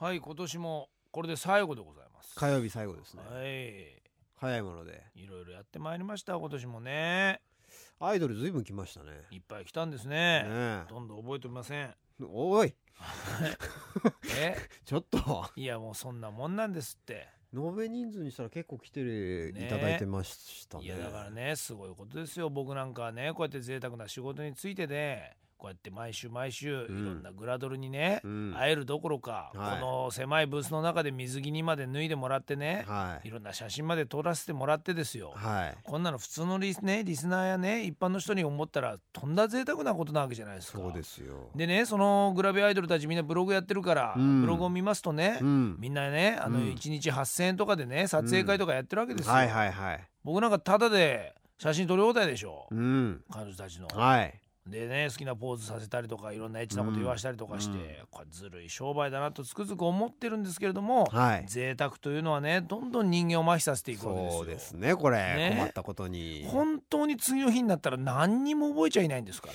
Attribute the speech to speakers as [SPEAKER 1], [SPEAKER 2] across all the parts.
[SPEAKER 1] はい今年もこれで最後でございます
[SPEAKER 2] 火曜日最後ですね
[SPEAKER 1] はい
[SPEAKER 2] 早いもので
[SPEAKER 1] いろいろやってまいりました今年もね
[SPEAKER 2] アイドルずいぶん来ましたね
[SPEAKER 1] いっぱい来たんですね
[SPEAKER 2] ね
[SPEAKER 1] ほとんど覚えておりま せん
[SPEAKER 2] えおい
[SPEAKER 1] え
[SPEAKER 2] ちょっと
[SPEAKER 1] いやもうそんなもんなんですって
[SPEAKER 2] 延べ人数にしたら結構来てい
[SPEAKER 1] ねえ
[SPEAKER 2] ただいてましたね
[SPEAKER 1] いやだからねすごいことですよ僕なんかはねこうやって贅沢な仕事についてでこうやって毎週毎週いろ
[SPEAKER 2] ん
[SPEAKER 1] んなグラドルにね、
[SPEAKER 2] うんはい
[SPEAKER 1] 会えるどころか、
[SPEAKER 2] はい
[SPEAKER 1] この狭いブースの中で水着にまで脱いでもらってね、
[SPEAKER 2] はい
[SPEAKER 1] い、ろんな写真まで撮らせてもらってですよ、
[SPEAKER 2] はい
[SPEAKER 1] こんなの普通のリス,、ね、リスナーやね一般の人に思ったらとんだ贅沢なことなわけじゃないですか。
[SPEAKER 2] そうですよ
[SPEAKER 1] でねそのグラビアアイドルたちみんなブログやってるから、
[SPEAKER 2] うん
[SPEAKER 1] ブログを見ますとね、
[SPEAKER 2] うん
[SPEAKER 1] みんなねあの
[SPEAKER 2] うん
[SPEAKER 1] 1日8,000円とかでね撮影会とかやってるわけですよ。
[SPEAKER 2] はいはいはい
[SPEAKER 1] 僕なんかタダで写真撮り放題でしょ、
[SPEAKER 2] うん
[SPEAKER 1] 彼女たちの。
[SPEAKER 2] はい
[SPEAKER 1] でね好きなポーズさせたりとかいろんなエッチなこと言わしたりとかして、
[SPEAKER 2] うん
[SPEAKER 1] これずるい商売だなとつくづく思ってるんですけれども、
[SPEAKER 2] はい
[SPEAKER 1] 贅沢というのはねどんどん人間を麻痺させていくわけですよ。
[SPEAKER 2] そうですねこれ
[SPEAKER 1] ね
[SPEAKER 2] 困ったことに
[SPEAKER 1] 本当に次の日になったら何にも覚えちゃいないんですか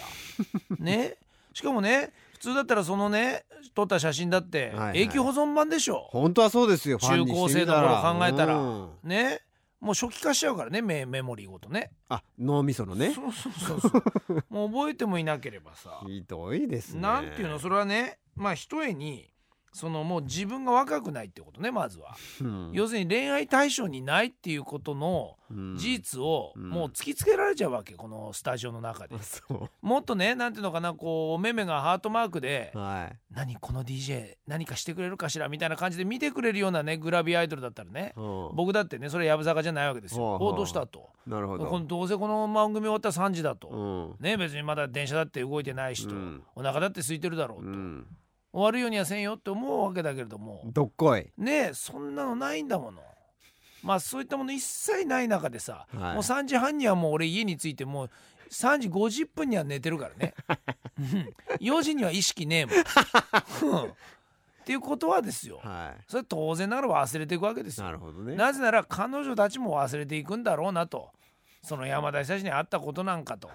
[SPEAKER 1] ら ねしかもね普通だったらそのね撮った写真だって
[SPEAKER 2] はいはい
[SPEAKER 1] 永久保存版でしょ、
[SPEAKER 2] 本当はそうですよファンにしてみたら
[SPEAKER 1] 中高生の頃考えたら
[SPEAKER 2] うん
[SPEAKER 1] ねもう初期化しちゃうからねメメモリーごとね
[SPEAKER 2] あ脳みそのね
[SPEAKER 1] そうそうそうそう もう覚えてもいなければさ、
[SPEAKER 2] ひどいですね
[SPEAKER 1] なんていうのそれはねまあ一重にそのもう自分が若くないってことねまずは、
[SPEAKER 2] うん
[SPEAKER 1] 要するに恋愛対象にないっていうことの
[SPEAKER 2] うん
[SPEAKER 1] 事実を
[SPEAKER 2] うん
[SPEAKER 1] もう突きつけられちゃうわけこのスタジオの中で
[SPEAKER 2] そ
[SPEAKER 1] もっとねなんていうのかなこうお目目がハートマークで
[SPEAKER 2] うはい
[SPEAKER 1] 「何この DJ 何かしてくれるかしら」みたいな感じで見てくれるようなねグラビアアイドルだったらね
[SPEAKER 2] うん
[SPEAKER 1] 僕だってねそれやぶさかじゃないわけですよ。
[SPEAKER 2] はあはあ
[SPEAKER 1] おうどうしたと
[SPEAKER 2] なるほ
[SPEAKER 1] こ
[SPEAKER 2] ど
[SPEAKER 1] のどうせこの番組終わったら3時だと、
[SPEAKER 2] うん
[SPEAKER 1] ね別にまだ電車だって動いてないしと、
[SPEAKER 2] うん
[SPEAKER 1] お腹だって空いてるだろう
[SPEAKER 2] う
[SPEAKER 1] と、
[SPEAKER 2] ん
[SPEAKER 1] 終わるようにはせんよって思うわけだけれども
[SPEAKER 2] どっこい
[SPEAKER 1] ねそんなのないんだもの。まあそういったもの一切ない中でさ、
[SPEAKER 2] は
[SPEAKER 1] もう
[SPEAKER 2] い
[SPEAKER 1] 3時半にはもう俺家に着いてもう3時50分には寝てるからねうん4時には意識ねえもん。うんっていうことはですよ
[SPEAKER 2] は
[SPEAKER 1] それ当然ながら忘れていくわけで
[SPEAKER 2] い
[SPEAKER 1] すよ。
[SPEAKER 2] なるほどね
[SPEAKER 1] なぜなら彼女たちも忘れていくんだろうなとその山田久志に会ったことなんかと、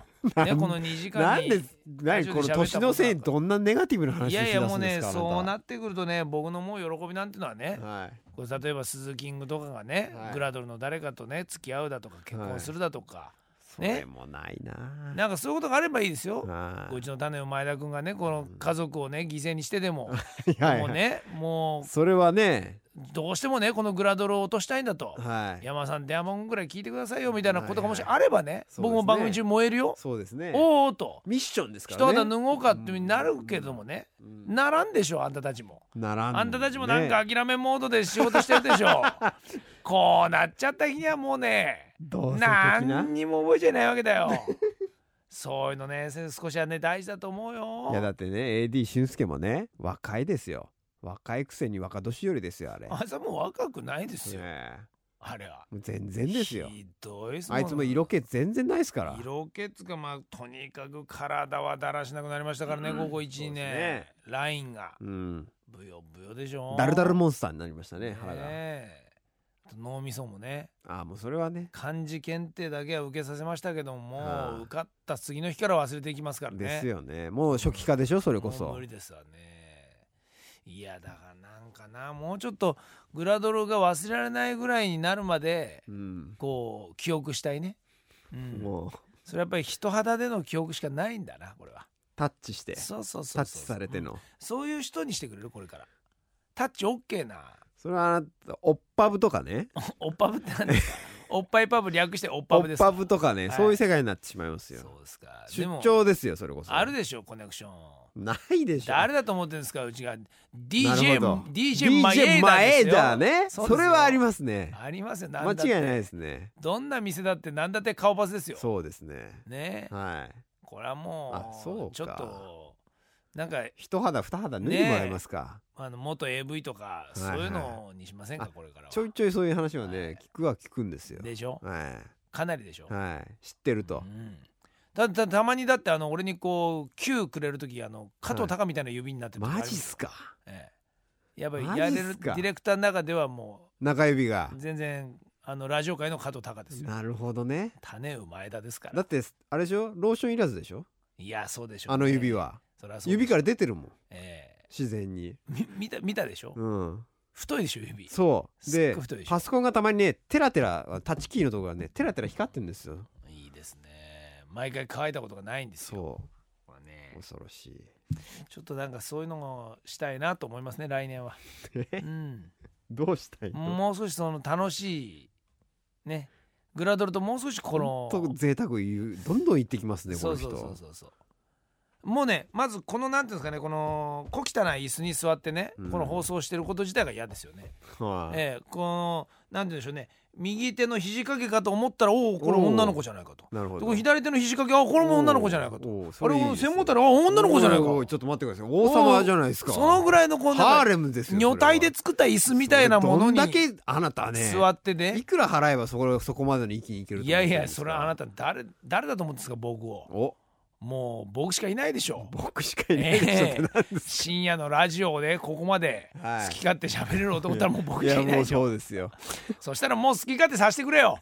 [SPEAKER 1] ね、この2時
[SPEAKER 2] な
[SPEAKER 1] 間
[SPEAKER 2] ん
[SPEAKER 1] に
[SPEAKER 2] で何この年のせいにどんなネガティブな話
[SPEAKER 1] い
[SPEAKER 2] し
[SPEAKER 1] やい
[SPEAKER 2] て
[SPEAKER 1] や
[SPEAKER 2] 出
[SPEAKER 1] も
[SPEAKER 2] す
[SPEAKER 1] うん
[SPEAKER 2] で
[SPEAKER 1] ね
[SPEAKER 2] すか
[SPEAKER 1] そう
[SPEAKER 2] あ
[SPEAKER 1] なってくるとね僕のもう喜びなんてのはね
[SPEAKER 2] たはい
[SPEAKER 1] これ例えば鈴キングとかがね、
[SPEAKER 2] はい
[SPEAKER 1] グラドルの誰かとね付き合うだとか結婚するだとか、
[SPEAKER 2] それもないな
[SPEAKER 1] なんかそういうことがあればいいですよ。
[SPEAKER 2] は
[SPEAKER 1] うちの種の前田君がねこの家族をね犠牲にしてで も、
[SPEAKER 2] いいやい
[SPEAKER 1] もう
[SPEAKER 2] や
[SPEAKER 1] ねも
[SPEAKER 2] それはね
[SPEAKER 1] うどうしてもねこのグラドルを落としたいんだと、
[SPEAKER 2] はい
[SPEAKER 1] 山田さん電話番号ぐらい聞いてくださいよみたいなことがもし
[SPEAKER 2] はいは
[SPEAKER 1] あればね,、
[SPEAKER 2] そうですね
[SPEAKER 1] 僕も番組中燃えるよ、
[SPEAKER 2] そうですね
[SPEAKER 1] おーおーと
[SPEAKER 2] ミッションですか
[SPEAKER 1] 一
[SPEAKER 2] ら
[SPEAKER 1] 肌
[SPEAKER 2] ね
[SPEAKER 1] 脱ごうかっていうふうになるけどもね、
[SPEAKER 2] うん
[SPEAKER 1] ならんでしょあんたたちも。
[SPEAKER 2] ならんね
[SPEAKER 1] あんたたちもなんか諦めモードで仕事してるでし ょこうなっちゃった日にはもうね
[SPEAKER 2] どうせ的な
[SPEAKER 1] 何にも覚えちゃいないわけだよ そういうのね先生少しはね大事だと思うよ
[SPEAKER 2] いやだってね AD 俊介もね若いですよ若いくせに若年寄りですよあれ
[SPEAKER 1] あいつはもう若くないですよ、
[SPEAKER 2] ねえ
[SPEAKER 1] あれは
[SPEAKER 2] もう全然ですよ
[SPEAKER 1] ひどいっすもん
[SPEAKER 2] あいつも色気全然ないですから
[SPEAKER 1] 色気っつうかまあとにかく体はだらしなくなりましたからね、
[SPEAKER 2] うん
[SPEAKER 1] ここ12
[SPEAKER 2] そ
[SPEAKER 1] 年、
[SPEAKER 2] うですね
[SPEAKER 1] ラインが
[SPEAKER 2] うん
[SPEAKER 1] ブヨブヨでしょ
[SPEAKER 2] ダルダルモンスターになりましたね
[SPEAKER 1] ね
[SPEAKER 2] 腹が
[SPEAKER 1] えあと脳みそもね
[SPEAKER 2] ああもうそれはね
[SPEAKER 1] 漢字検定だけは受けさせましたけども、
[SPEAKER 2] はい
[SPEAKER 1] 受かった次の日から忘れていきますからね。
[SPEAKER 2] ですよねもう初期化でしょそれこ
[SPEAKER 1] もう
[SPEAKER 2] そ
[SPEAKER 1] 無理ですわね。いやだからなんかなもうちょっとグラドルが忘れられないぐらいになるまで
[SPEAKER 2] うん
[SPEAKER 1] こう記憶したいね。うん、
[SPEAKER 2] もう
[SPEAKER 1] それやっぱり人肌での記憶しかないんだなこれは。
[SPEAKER 2] タッチして
[SPEAKER 1] そうそうそ
[SPEAKER 2] タ
[SPEAKER 1] うそう
[SPEAKER 2] ッチされて
[SPEAKER 1] うん
[SPEAKER 2] の
[SPEAKER 1] そういう人にしてくれるこれから。タッチオッケーな。
[SPEAKER 2] それはあなたオッパブとかね
[SPEAKER 1] おっぱぶって何です か。おっぱいパブ略しておっ
[SPEAKER 2] オ
[SPEAKER 1] ぱぶで
[SPEAKER 2] ッ
[SPEAKER 1] すか。
[SPEAKER 2] パブとかね
[SPEAKER 1] はい
[SPEAKER 2] そういう世界になってしまいますよ
[SPEAKER 1] そうですか。で
[SPEAKER 2] 出
[SPEAKER 1] も
[SPEAKER 2] 張ですよそれこそ
[SPEAKER 1] あるでしょコネクション
[SPEAKER 2] ないでしょ
[SPEAKER 1] 誰だと思ってるんですかうちが
[SPEAKER 2] なる
[SPEAKER 1] DJ
[SPEAKER 2] ほど
[SPEAKER 1] DJ マエ
[SPEAKER 2] DJ マエーダ
[SPEAKER 1] ダ
[SPEAKER 2] ー
[SPEAKER 1] ですよ
[SPEAKER 2] ね
[SPEAKER 1] そう
[SPEAKER 2] そ
[SPEAKER 1] ですよ
[SPEAKER 2] れはありますね
[SPEAKER 1] ありますよ
[SPEAKER 2] 間
[SPEAKER 1] 何だっ
[SPEAKER 2] 違い
[SPEAKER 1] て
[SPEAKER 2] ないですね
[SPEAKER 1] どんな店だって何だって顔パスですよ
[SPEAKER 2] そうですね
[SPEAKER 1] ね
[SPEAKER 2] はい
[SPEAKER 1] これはも
[SPEAKER 2] あ
[SPEAKER 1] う
[SPEAKER 2] そうか
[SPEAKER 1] ちょっとなんか
[SPEAKER 2] 一肌二肌脱いでもらえますか
[SPEAKER 1] あの元 AV とか
[SPEAKER 2] い
[SPEAKER 1] そ
[SPEAKER 2] はいう
[SPEAKER 1] いうのにしませんかこれからは
[SPEAKER 2] ちょいちょいそういう話は
[SPEAKER 1] はい
[SPEAKER 2] ね聞くは聞くんですよ
[SPEAKER 1] でしょ
[SPEAKER 2] は
[SPEAKER 1] かなりでしょ
[SPEAKER 2] いはい知ってる
[SPEAKER 1] う
[SPEAKER 2] と
[SPEAKER 1] んたたたまにだってあの俺にこう Q くれる時あの加藤隆みたいな指になってる時あり
[SPEAKER 2] マ
[SPEAKER 1] ます
[SPEAKER 2] ジっすか
[SPEAKER 1] ええやっぱり
[SPEAKER 2] マジ
[SPEAKER 1] や
[SPEAKER 2] っ
[SPEAKER 1] れ
[SPEAKER 2] すか
[SPEAKER 1] るディレクターの中ではもう
[SPEAKER 2] 中指が
[SPEAKER 1] 全然あのラジオ界の加藤隆ですよ。
[SPEAKER 2] なるほどね
[SPEAKER 1] 種を前田ですか
[SPEAKER 2] だ
[SPEAKER 1] ら
[SPEAKER 2] っ。てあれでしょローションいらずでしょ
[SPEAKER 1] いやそうでしょうね、
[SPEAKER 2] あの指は
[SPEAKER 1] そりゃそうでしょう。
[SPEAKER 2] 指から出てるもん
[SPEAKER 1] ええ
[SPEAKER 2] 自然に
[SPEAKER 1] み 見た見たでしょ、
[SPEAKER 2] うん
[SPEAKER 1] 太いでしょ指
[SPEAKER 2] そう
[SPEAKER 1] すっ
[SPEAKER 2] で
[SPEAKER 1] ごい太いでしょ
[SPEAKER 2] パソコンがたまにねテラテラタッチキーのとこがねテラテラ光ってんですよ
[SPEAKER 1] いいですね毎回乾いたことがないんですよ
[SPEAKER 2] そ
[SPEAKER 1] これ
[SPEAKER 2] う
[SPEAKER 1] ね、
[SPEAKER 2] 恐ろしい
[SPEAKER 1] ちょっとなんかそういうのもしたいなと思いますね来年は、うん、
[SPEAKER 2] どうしたいの
[SPEAKER 1] もう少しその楽しいねグラドルともう少しこの
[SPEAKER 2] ほんと贅沢言うどんどん言ってきますねこ
[SPEAKER 1] そ
[SPEAKER 2] の
[SPEAKER 1] う
[SPEAKER 2] 人
[SPEAKER 1] そうそうそうそうもうねまずこのなんていうんですかねこの小汚い椅子に座ってね、
[SPEAKER 2] うん
[SPEAKER 1] この放送してること自体が嫌ですよね、
[SPEAKER 2] はい
[SPEAKER 1] ええこのなんて言うんでしょうね右手の肘掛けかと思ったらおおこれ
[SPEAKER 2] おう
[SPEAKER 1] 女の子じゃないかと
[SPEAKER 2] なるほ
[SPEAKER 1] で
[SPEAKER 2] ど
[SPEAKER 1] これ左手の肘掛けあこれも女の子じゃないかと
[SPEAKER 2] と
[SPEAKER 1] あれこの背もたれあ女の子じゃないか
[SPEAKER 2] おいおいちょっと待ってください王様じゃないですか
[SPEAKER 1] そのぐらいのこう
[SPEAKER 2] ハ
[SPEAKER 1] な
[SPEAKER 2] ー
[SPEAKER 1] んか
[SPEAKER 2] レムですよ
[SPEAKER 1] 女体で作った椅子みたいなもの
[SPEAKER 2] どん
[SPEAKER 1] に
[SPEAKER 2] だけあなたね
[SPEAKER 1] 座って
[SPEAKER 2] い
[SPEAKER 1] ね
[SPEAKER 2] くら払えばそこそこまでの域に行けると
[SPEAKER 1] い
[SPEAKER 2] 思っ
[SPEAKER 1] や
[SPEAKER 2] てるん
[SPEAKER 1] いや
[SPEAKER 2] ですか
[SPEAKER 1] それはあなた誰誰だと思うんですか僕を
[SPEAKER 2] お
[SPEAKER 1] もう僕しかいないでしょ
[SPEAKER 2] 僕しかいない人ってなんです
[SPEAKER 1] 深夜のラジオでここまで
[SPEAKER 2] はい
[SPEAKER 1] 好き勝手喋れる男ったらもう僕
[SPEAKER 2] い
[SPEAKER 1] しか
[SPEAKER 2] や
[SPEAKER 1] いない
[SPEAKER 2] も
[SPEAKER 1] で
[SPEAKER 2] う
[SPEAKER 1] しょ
[SPEAKER 2] そうですよ
[SPEAKER 1] そしたらもう好き勝手させてくれよ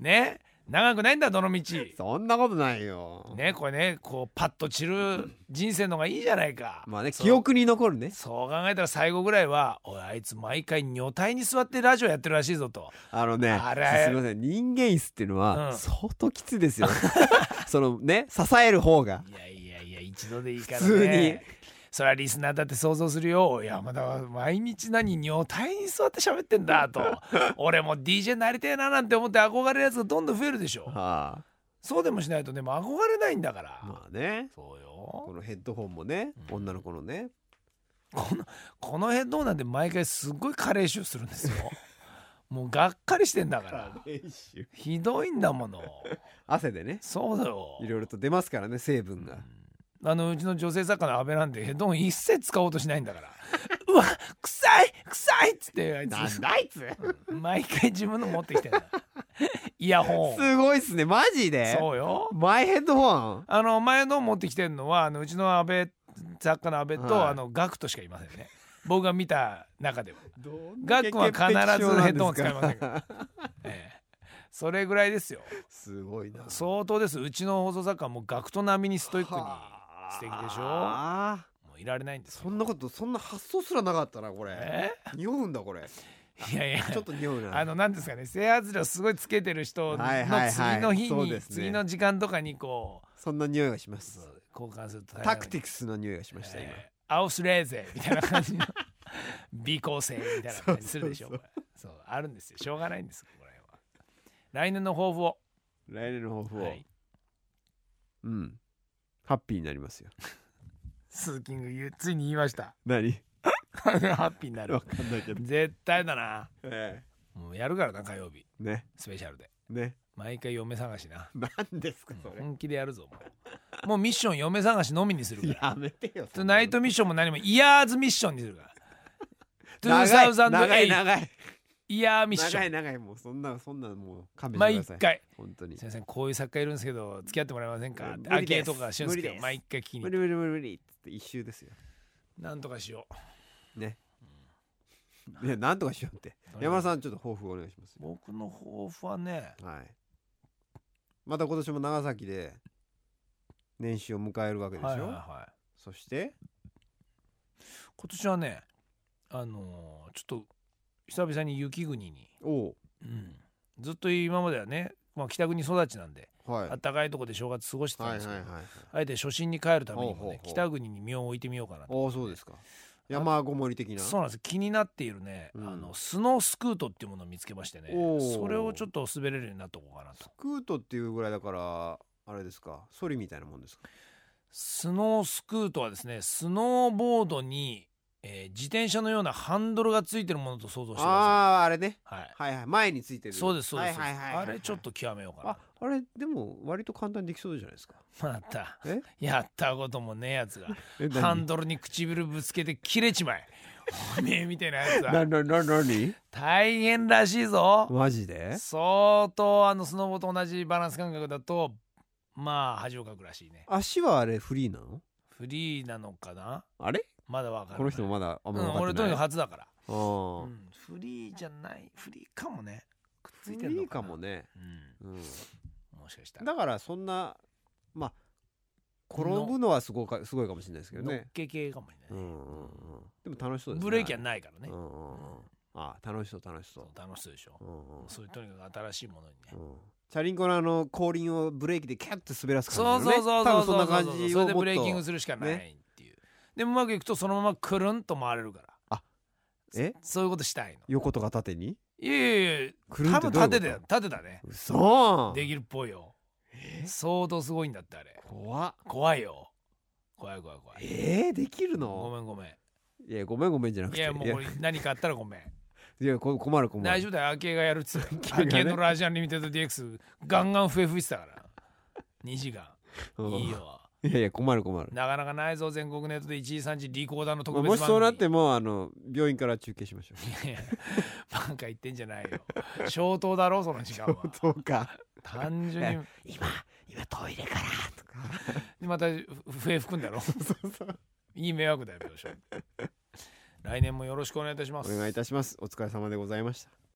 [SPEAKER 1] ね長くないんだどの道
[SPEAKER 2] そんなことないよ
[SPEAKER 1] ねこれねこうパッと散る人生の方がいいじゃないか
[SPEAKER 2] まあね
[SPEAKER 1] そう
[SPEAKER 2] 記憶に残るね
[SPEAKER 1] そう考えたら最後ぐらいは「おいあいつ毎回女体に座ってラジオやってるらしいぞ」と
[SPEAKER 2] あのね
[SPEAKER 1] あれ
[SPEAKER 2] すみません人間椅子っていうの
[SPEAKER 1] う
[SPEAKER 2] は
[SPEAKER 1] ん
[SPEAKER 2] 相当きつ いですよそのね支える方が
[SPEAKER 1] いやいやいや一度でいいからね
[SPEAKER 2] 普通に
[SPEAKER 1] それはリスナーだって想像するよいやまだ毎日何女体に座って喋ってんだと俺も DJ になりてえななんて思って憧れるやつがどんどん増えるでしょ
[SPEAKER 2] は
[SPEAKER 1] そうでもしないとねもう憧れないんだから、
[SPEAKER 2] あまあね
[SPEAKER 1] そう
[SPEAKER 2] こ
[SPEAKER 1] よ
[SPEAKER 2] のヘッドホンもね
[SPEAKER 1] うん
[SPEAKER 2] 女の子のね
[SPEAKER 1] このこの辺どうなんて毎回すっごい加齢臭するんですよもうがっかりしてんだからひどいんだもの
[SPEAKER 2] 汗でね
[SPEAKER 1] そうだよ
[SPEAKER 2] いろいろと出ますからね成分が
[SPEAKER 1] あのうちの女性作家の阿部なんてヘッドホン一切使おうとしないんだから うわ臭い臭いっつってあいつ
[SPEAKER 2] あいつ
[SPEAKER 1] 毎回自分の 持ってきてんだイヤホン
[SPEAKER 2] すごいっすねマジで
[SPEAKER 1] そうよ
[SPEAKER 2] マイヘッドホン
[SPEAKER 1] あの前の持ってきてんのはあのうちの阿部作家の阿部と、
[SPEAKER 2] はい
[SPEAKER 1] あのガクトしかいませんね僕が見た中では、ガ
[SPEAKER 2] ガッ
[SPEAKER 1] ッ
[SPEAKER 2] ク
[SPEAKER 1] クは
[SPEAKER 2] は必
[SPEAKER 1] 必
[SPEAKER 2] ず
[SPEAKER 1] ず
[SPEAKER 2] ヘ
[SPEAKER 1] ヘッ
[SPEAKER 2] ッド
[SPEAKER 1] ド
[SPEAKER 2] ホ
[SPEAKER 1] ホ
[SPEAKER 2] ン
[SPEAKER 1] ン
[SPEAKER 2] 使
[SPEAKER 1] 使
[SPEAKER 2] い
[SPEAKER 1] い
[SPEAKER 2] ま
[SPEAKER 1] ませ
[SPEAKER 2] せ
[SPEAKER 1] ん
[SPEAKER 2] んか
[SPEAKER 1] からええそれぐらいですよ
[SPEAKER 2] すごいな
[SPEAKER 1] 相当ですうちの放送作家はもうガクト並みにストイックに
[SPEAKER 2] はあ
[SPEAKER 1] 素敵でしょ
[SPEAKER 2] ああ
[SPEAKER 1] もういられないんですよ
[SPEAKER 2] そんなことそんな発想すらなかったなこれ
[SPEAKER 1] え
[SPEAKER 2] 匂うんだこれ
[SPEAKER 1] いやいや
[SPEAKER 2] ちょっと匂うな
[SPEAKER 1] あのなんですかね整髪料すごいつけてる人の
[SPEAKER 2] はいはいはい
[SPEAKER 1] 次の日
[SPEAKER 2] そう
[SPEAKER 1] に、
[SPEAKER 2] ですね
[SPEAKER 1] 次の時間とかにこ
[SPEAKER 2] そんな匂いがしま
[SPEAKER 1] う
[SPEAKER 2] す
[SPEAKER 1] 交換すると
[SPEAKER 2] タクテ
[SPEAKER 1] ィ
[SPEAKER 2] ィクスの匂いがしました今
[SPEAKER 1] えー、アウスレーゼみたいな感じ の美構成みたいな感じするでしょ
[SPEAKER 2] そう
[SPEAKER 1] これそうあるんですよしょうがないんですよこれは来年の抱負を、
[SPEAKER 2] 来年の抱負を
[SPEAKER 1] はい
[SPEAKER 2] うんハッピーになりますよ
[SPEAKER 1] スーキング言うついに言いました
[SPEAKER 2] 何
[SPEAKER 1] ハッピーになる
[SPEAKER 2] わかんないけど
[SPEAKER 1] 絶対だな
[SPEAKER 2] え
[SPEAKER 1] もうやるからな火曜日
[SPEAKER 2] えね
[SPEAKER 1] スペシャルで
[SPEAKER 2] ね
[SPEAKER 1] 毎回嫁探しな
[SPEAKER 2] 何ですかそれ
[SPEAKER 1] 本気でやるぞもうもうミッション嫁探しのみにするから
[SPEAKER 2] やめてよ
[SPEAKER 1] トゥナイトミッションも何もイヤーズミッションにするから。
[SPEAKER 2] 長い長い
[SPEAKER 1] 2008
[SPEAKER 2] 長い
[SPEAKER 1] イヤーミッシ
[SPEAKER 2] 長
[SPEAKER 1] ョ
[SPEAKER 2] い
[SPEAKER 1] ン。
[SPEAKER 2] 長いもうそんなそんなもう勘弁
[SPEAKER 1] 毎
[SPEAKER 2] してください
[SPEAKER 1] 回。
[SPEAKER 2] 本当に
[SPEAKER 1] すいません、こういう作家いるんですけど、付き合ってもらえませんかって。
[SPEAKER 2] 無
[SPEAKER 1] ア
[SPEAKER 2] 理
[SPEAKER 1] キ
[SPEAKER 2] です
[SPEAKER 1] とか俊
[SPEAKER 2] 無理
[SPEAKER 1] 介
[SPEAKER 2] で
[SPEAKER 1] が
[SPEAKER 2] す
[SPEAKER 1] 毎回聞き
[SPEAKER 2] 無
[SPEAKER 1] に。
[SPEAKER 2] 理無理無理無理っつって一周ですよ
[SPEAKER 1] なんとかしよ
[SPEAKER 2] ねいやなんとかしようって
[SPEAKER 1] う。
[SPEAKER 2] 山田さんちょっと抱負お願いしますよ
[SPEAKER 1] 僕の抱負はね、
[SPEAKER 2] はいまた今年も長崎で年始を迎えるわけでしょ、
[SPEAKER 1] はいはいはい。
[SPEAKER 2] そして
[SPEAKER 1] 今年はね、あのーちょっと久々に雪国に、
[SPEAKER 2] お
[SPEAKER 1] うんずっと今まではね、まあ、北国育ちなんで、
[SPEAKER 2] うはい
[SPEAKER 1] あったかいとこで正月過ごしてたん
[SPEAKER 2] はいはい
[SPEAKER 1] ですけ
[SPEAKER 2] は
[SPEAKER 1] ど、
[SPEAKER 2] いはい
[SPEAKER 1] あえて初心に帰るために
[SPEAKER 2] ほう
[SPEAKER 1] も
[SPEAKER 2] ほう
[SPEAKER 1] ね
[SPEAKER 2] ほ、う
[SPEAKER 1] 北国に身を置いてみようかなと。
[SPEAKER 2] ああそうですか山ごもり的な
[SPEAKER 1] そうなんです気になっているね、
[SPEAKER 2] うん
[SPEAKER 1] あのスノースクートっていうものを見つけましてね
[SPEAKER 2] おー
[SPEAKER 1] それをちょっと滑れるようになっとこうかなと
[SPEAKER 2] スクートっていうぐらいだからあれですかソリみたいなもんですか
[SPEAKER 1] スノースクートはですねスノーボードに、えー自転車のようなハンドルがついてるものと想像してくださ
[SPEAKER 2] あああれね
[SPEAKER 1] い、はい、
[SPEAKER 2] はいはい前についてる
[SPEAKER 1] そうですそうです、
[SPEAKER 2] はいはいはいはい
[SPEAKER 1] あれちょっと極めようか
[SPEAKER 2] あ
[SPEAKER 1] な
[SPEAKER 2] あれでも割と簡単にできそうじゃないですか
[SPEAKER 1] また
[SPEAKER 2] え
[SPEAKER 1] やったこともねえやつ が
[SPEAKER 2] え
[SPEAKER 1] ハンドルに唇ぶつけて切れちまえおめえみたいなやつは
[SPEAKER 2] な な何
[SPEAKER 1] 大変らしいぞ
[SPEAKER 2] マジで
[SPEAKER 1] 相当あのスノボと同じバランス感覚だとまあ恥をかくらしいね
[SPEAKER 2] 足はあれフリーなの
[SPEAKER 1] フリーなのかな
[SPEAKER 2] あれ
[SPEAKER 1] まだわからない
[SPEAKER 2] この人もまだあんま
[SPEAKER 1] うん、俺
[SPEAKER 2] 分
[SPEAKER 1] と
[SPEAKER 2] かっ
[SPEAKER 1] にかく
[SPEAKER 2] てない、
[SPEAKER 1] 初だから、
[SPEAKER 2] う
[SPEAKER 1] うんん、フリーじゃないフリーかもねくっついて
[SPEAKER 2] フ
[SPEAKER 1] る
[SPEAKER 2] リ
[SPEAKER 1] の
[SPEAKER 2] ーか
[SPEAKER 1] かな
[SPEAKER 2] もね、
[SPEAKER 1] うん
[SPEAKER 2] うん、
[SPEAKER 1] もしかしたら
[SPEAKER 2] だからそんなまあ転ぶのはすごかすごいかもしれないですけど
[SPEAKER 1] のっ
[SPEAKER 2] ね。
[SPEAKER 1] け系かもし
[SPEAKER 2] う
[SPEAKER 1] れ
[SPEAKER 2] ん
[SPEAKER 1] ない、
[SPEAKER 2] うんうん、でも楽しそうですね。
[SPEAKER 1] ブレーキは
[SPEAKER 2] ね。
[SPEAKER 1] ないからね、
[SPEAKER 2] うんうんうん
[SPEAKER 1] うん
[SPEAKER 2] あ楽しそう楽しそ
[SPEAKER 1] そうう。楽しそうでしょ、
[SPEAKER 2] うんうん
[SPEAKER 1] そういうとにかく新しいものにね、
[SPEAKER 2] うんチャリンコのあの後輪をブレーキでキャッと滑らす
[SPEAKER 1] そ
[SPEAKER 2] 感
[SPEAKER 1] う
[SPEAKER 2] じ
[SPEAKER 1] そ
[SPEAKER 2] の
[SPEAKER 1] う
[SPEAKER 2] ね。
[SPEAKER 1] そうそう
[SPEAKER 2] 多
[SPEAKER 1] そう
[SPEAKER 2] 分そんな感じ
[SPEAKER 1] そ
[SPEAKER 2] を
[SPEAKER 1] れで
[SPEAKER 2] もっ
[SPEAKER 1] ブレーキング
[SPEAKER 2] と
[SPEAKER 1] するしかないっていう、でうまくいくとそのままくるんと回れるから
[SPEAKER 2] あえ
[SPEAKER 1] そそういうことしたいの
[SPEAKER 2] 横とか縦に。
[SPEAKER 1] いやいやいや
[SPEAKER 2] くるんっ
[SPEAKER 1] 多
[SPEAKER 2] て
[SPEAKER 1] 分
[SPEAKER 2] どういうこと
[SPEAKER 1] 縦だよ縦だね
[SPEAKER 2] 嘘。
[SPEAKER 1] できるっぽいよ相当すごいんだってあれ
[SPEAKER 2] 怖っ。
[SPEAKER 1] 怖いよ怖い怖い怖い
[SPEAKER 2] えー、できる
[SPEAKER 1] ご
[SPEAKER 2] の
[SPEAKER 1] めんごめ
[SPEAKER 2] いやごめんごめんじゃなく
[SPEAKER 1] んい
[SPEAKER 2] て
[SPEAKER 1] やもうこれ何かあったらごめん
[SPEAKER 2] いやこ困る困る
[SPEAKER 1] 大丈夫だよアーケーがやるっつって
[SPEAKER 2] ケ
[SPEAKER 1] ア
[SPEAKER 2] ーがね
[SPEAKER 1] ーケーのラジアンリミテッド DX ガンガン笛吹いてたから2時間
[SPEAKER 2] うん
[SPEAKER 1] いいよ
[SPEAKER 2] いやいや困る困る
[SPEAKER 1] なかなかないぞ全国ネットで1時3時リコーダーの特
[SPEAKER 2] まあ
[SPEAKER 1] 別番組
[SPEAKER 2] もしそうなってもあの病院から中継しましょ
[SPEAKER 1] いやいやバカ言ってんじゃないよ消灯だろその時間は
[SPEAKER 2] うそうか
[SPEAKER 1] 単純に
[SPEAKER 2] 今今トイレからとか
[SPEAKER 1] でまたふ笛吹く んだろ
[SPEAKER 2] そうそう
[SPEAKER 1] いい迷惑だよ病床来年もよろしくお願いいたします
[SPEAKER 2] お願いいたしますお疲れ様でございました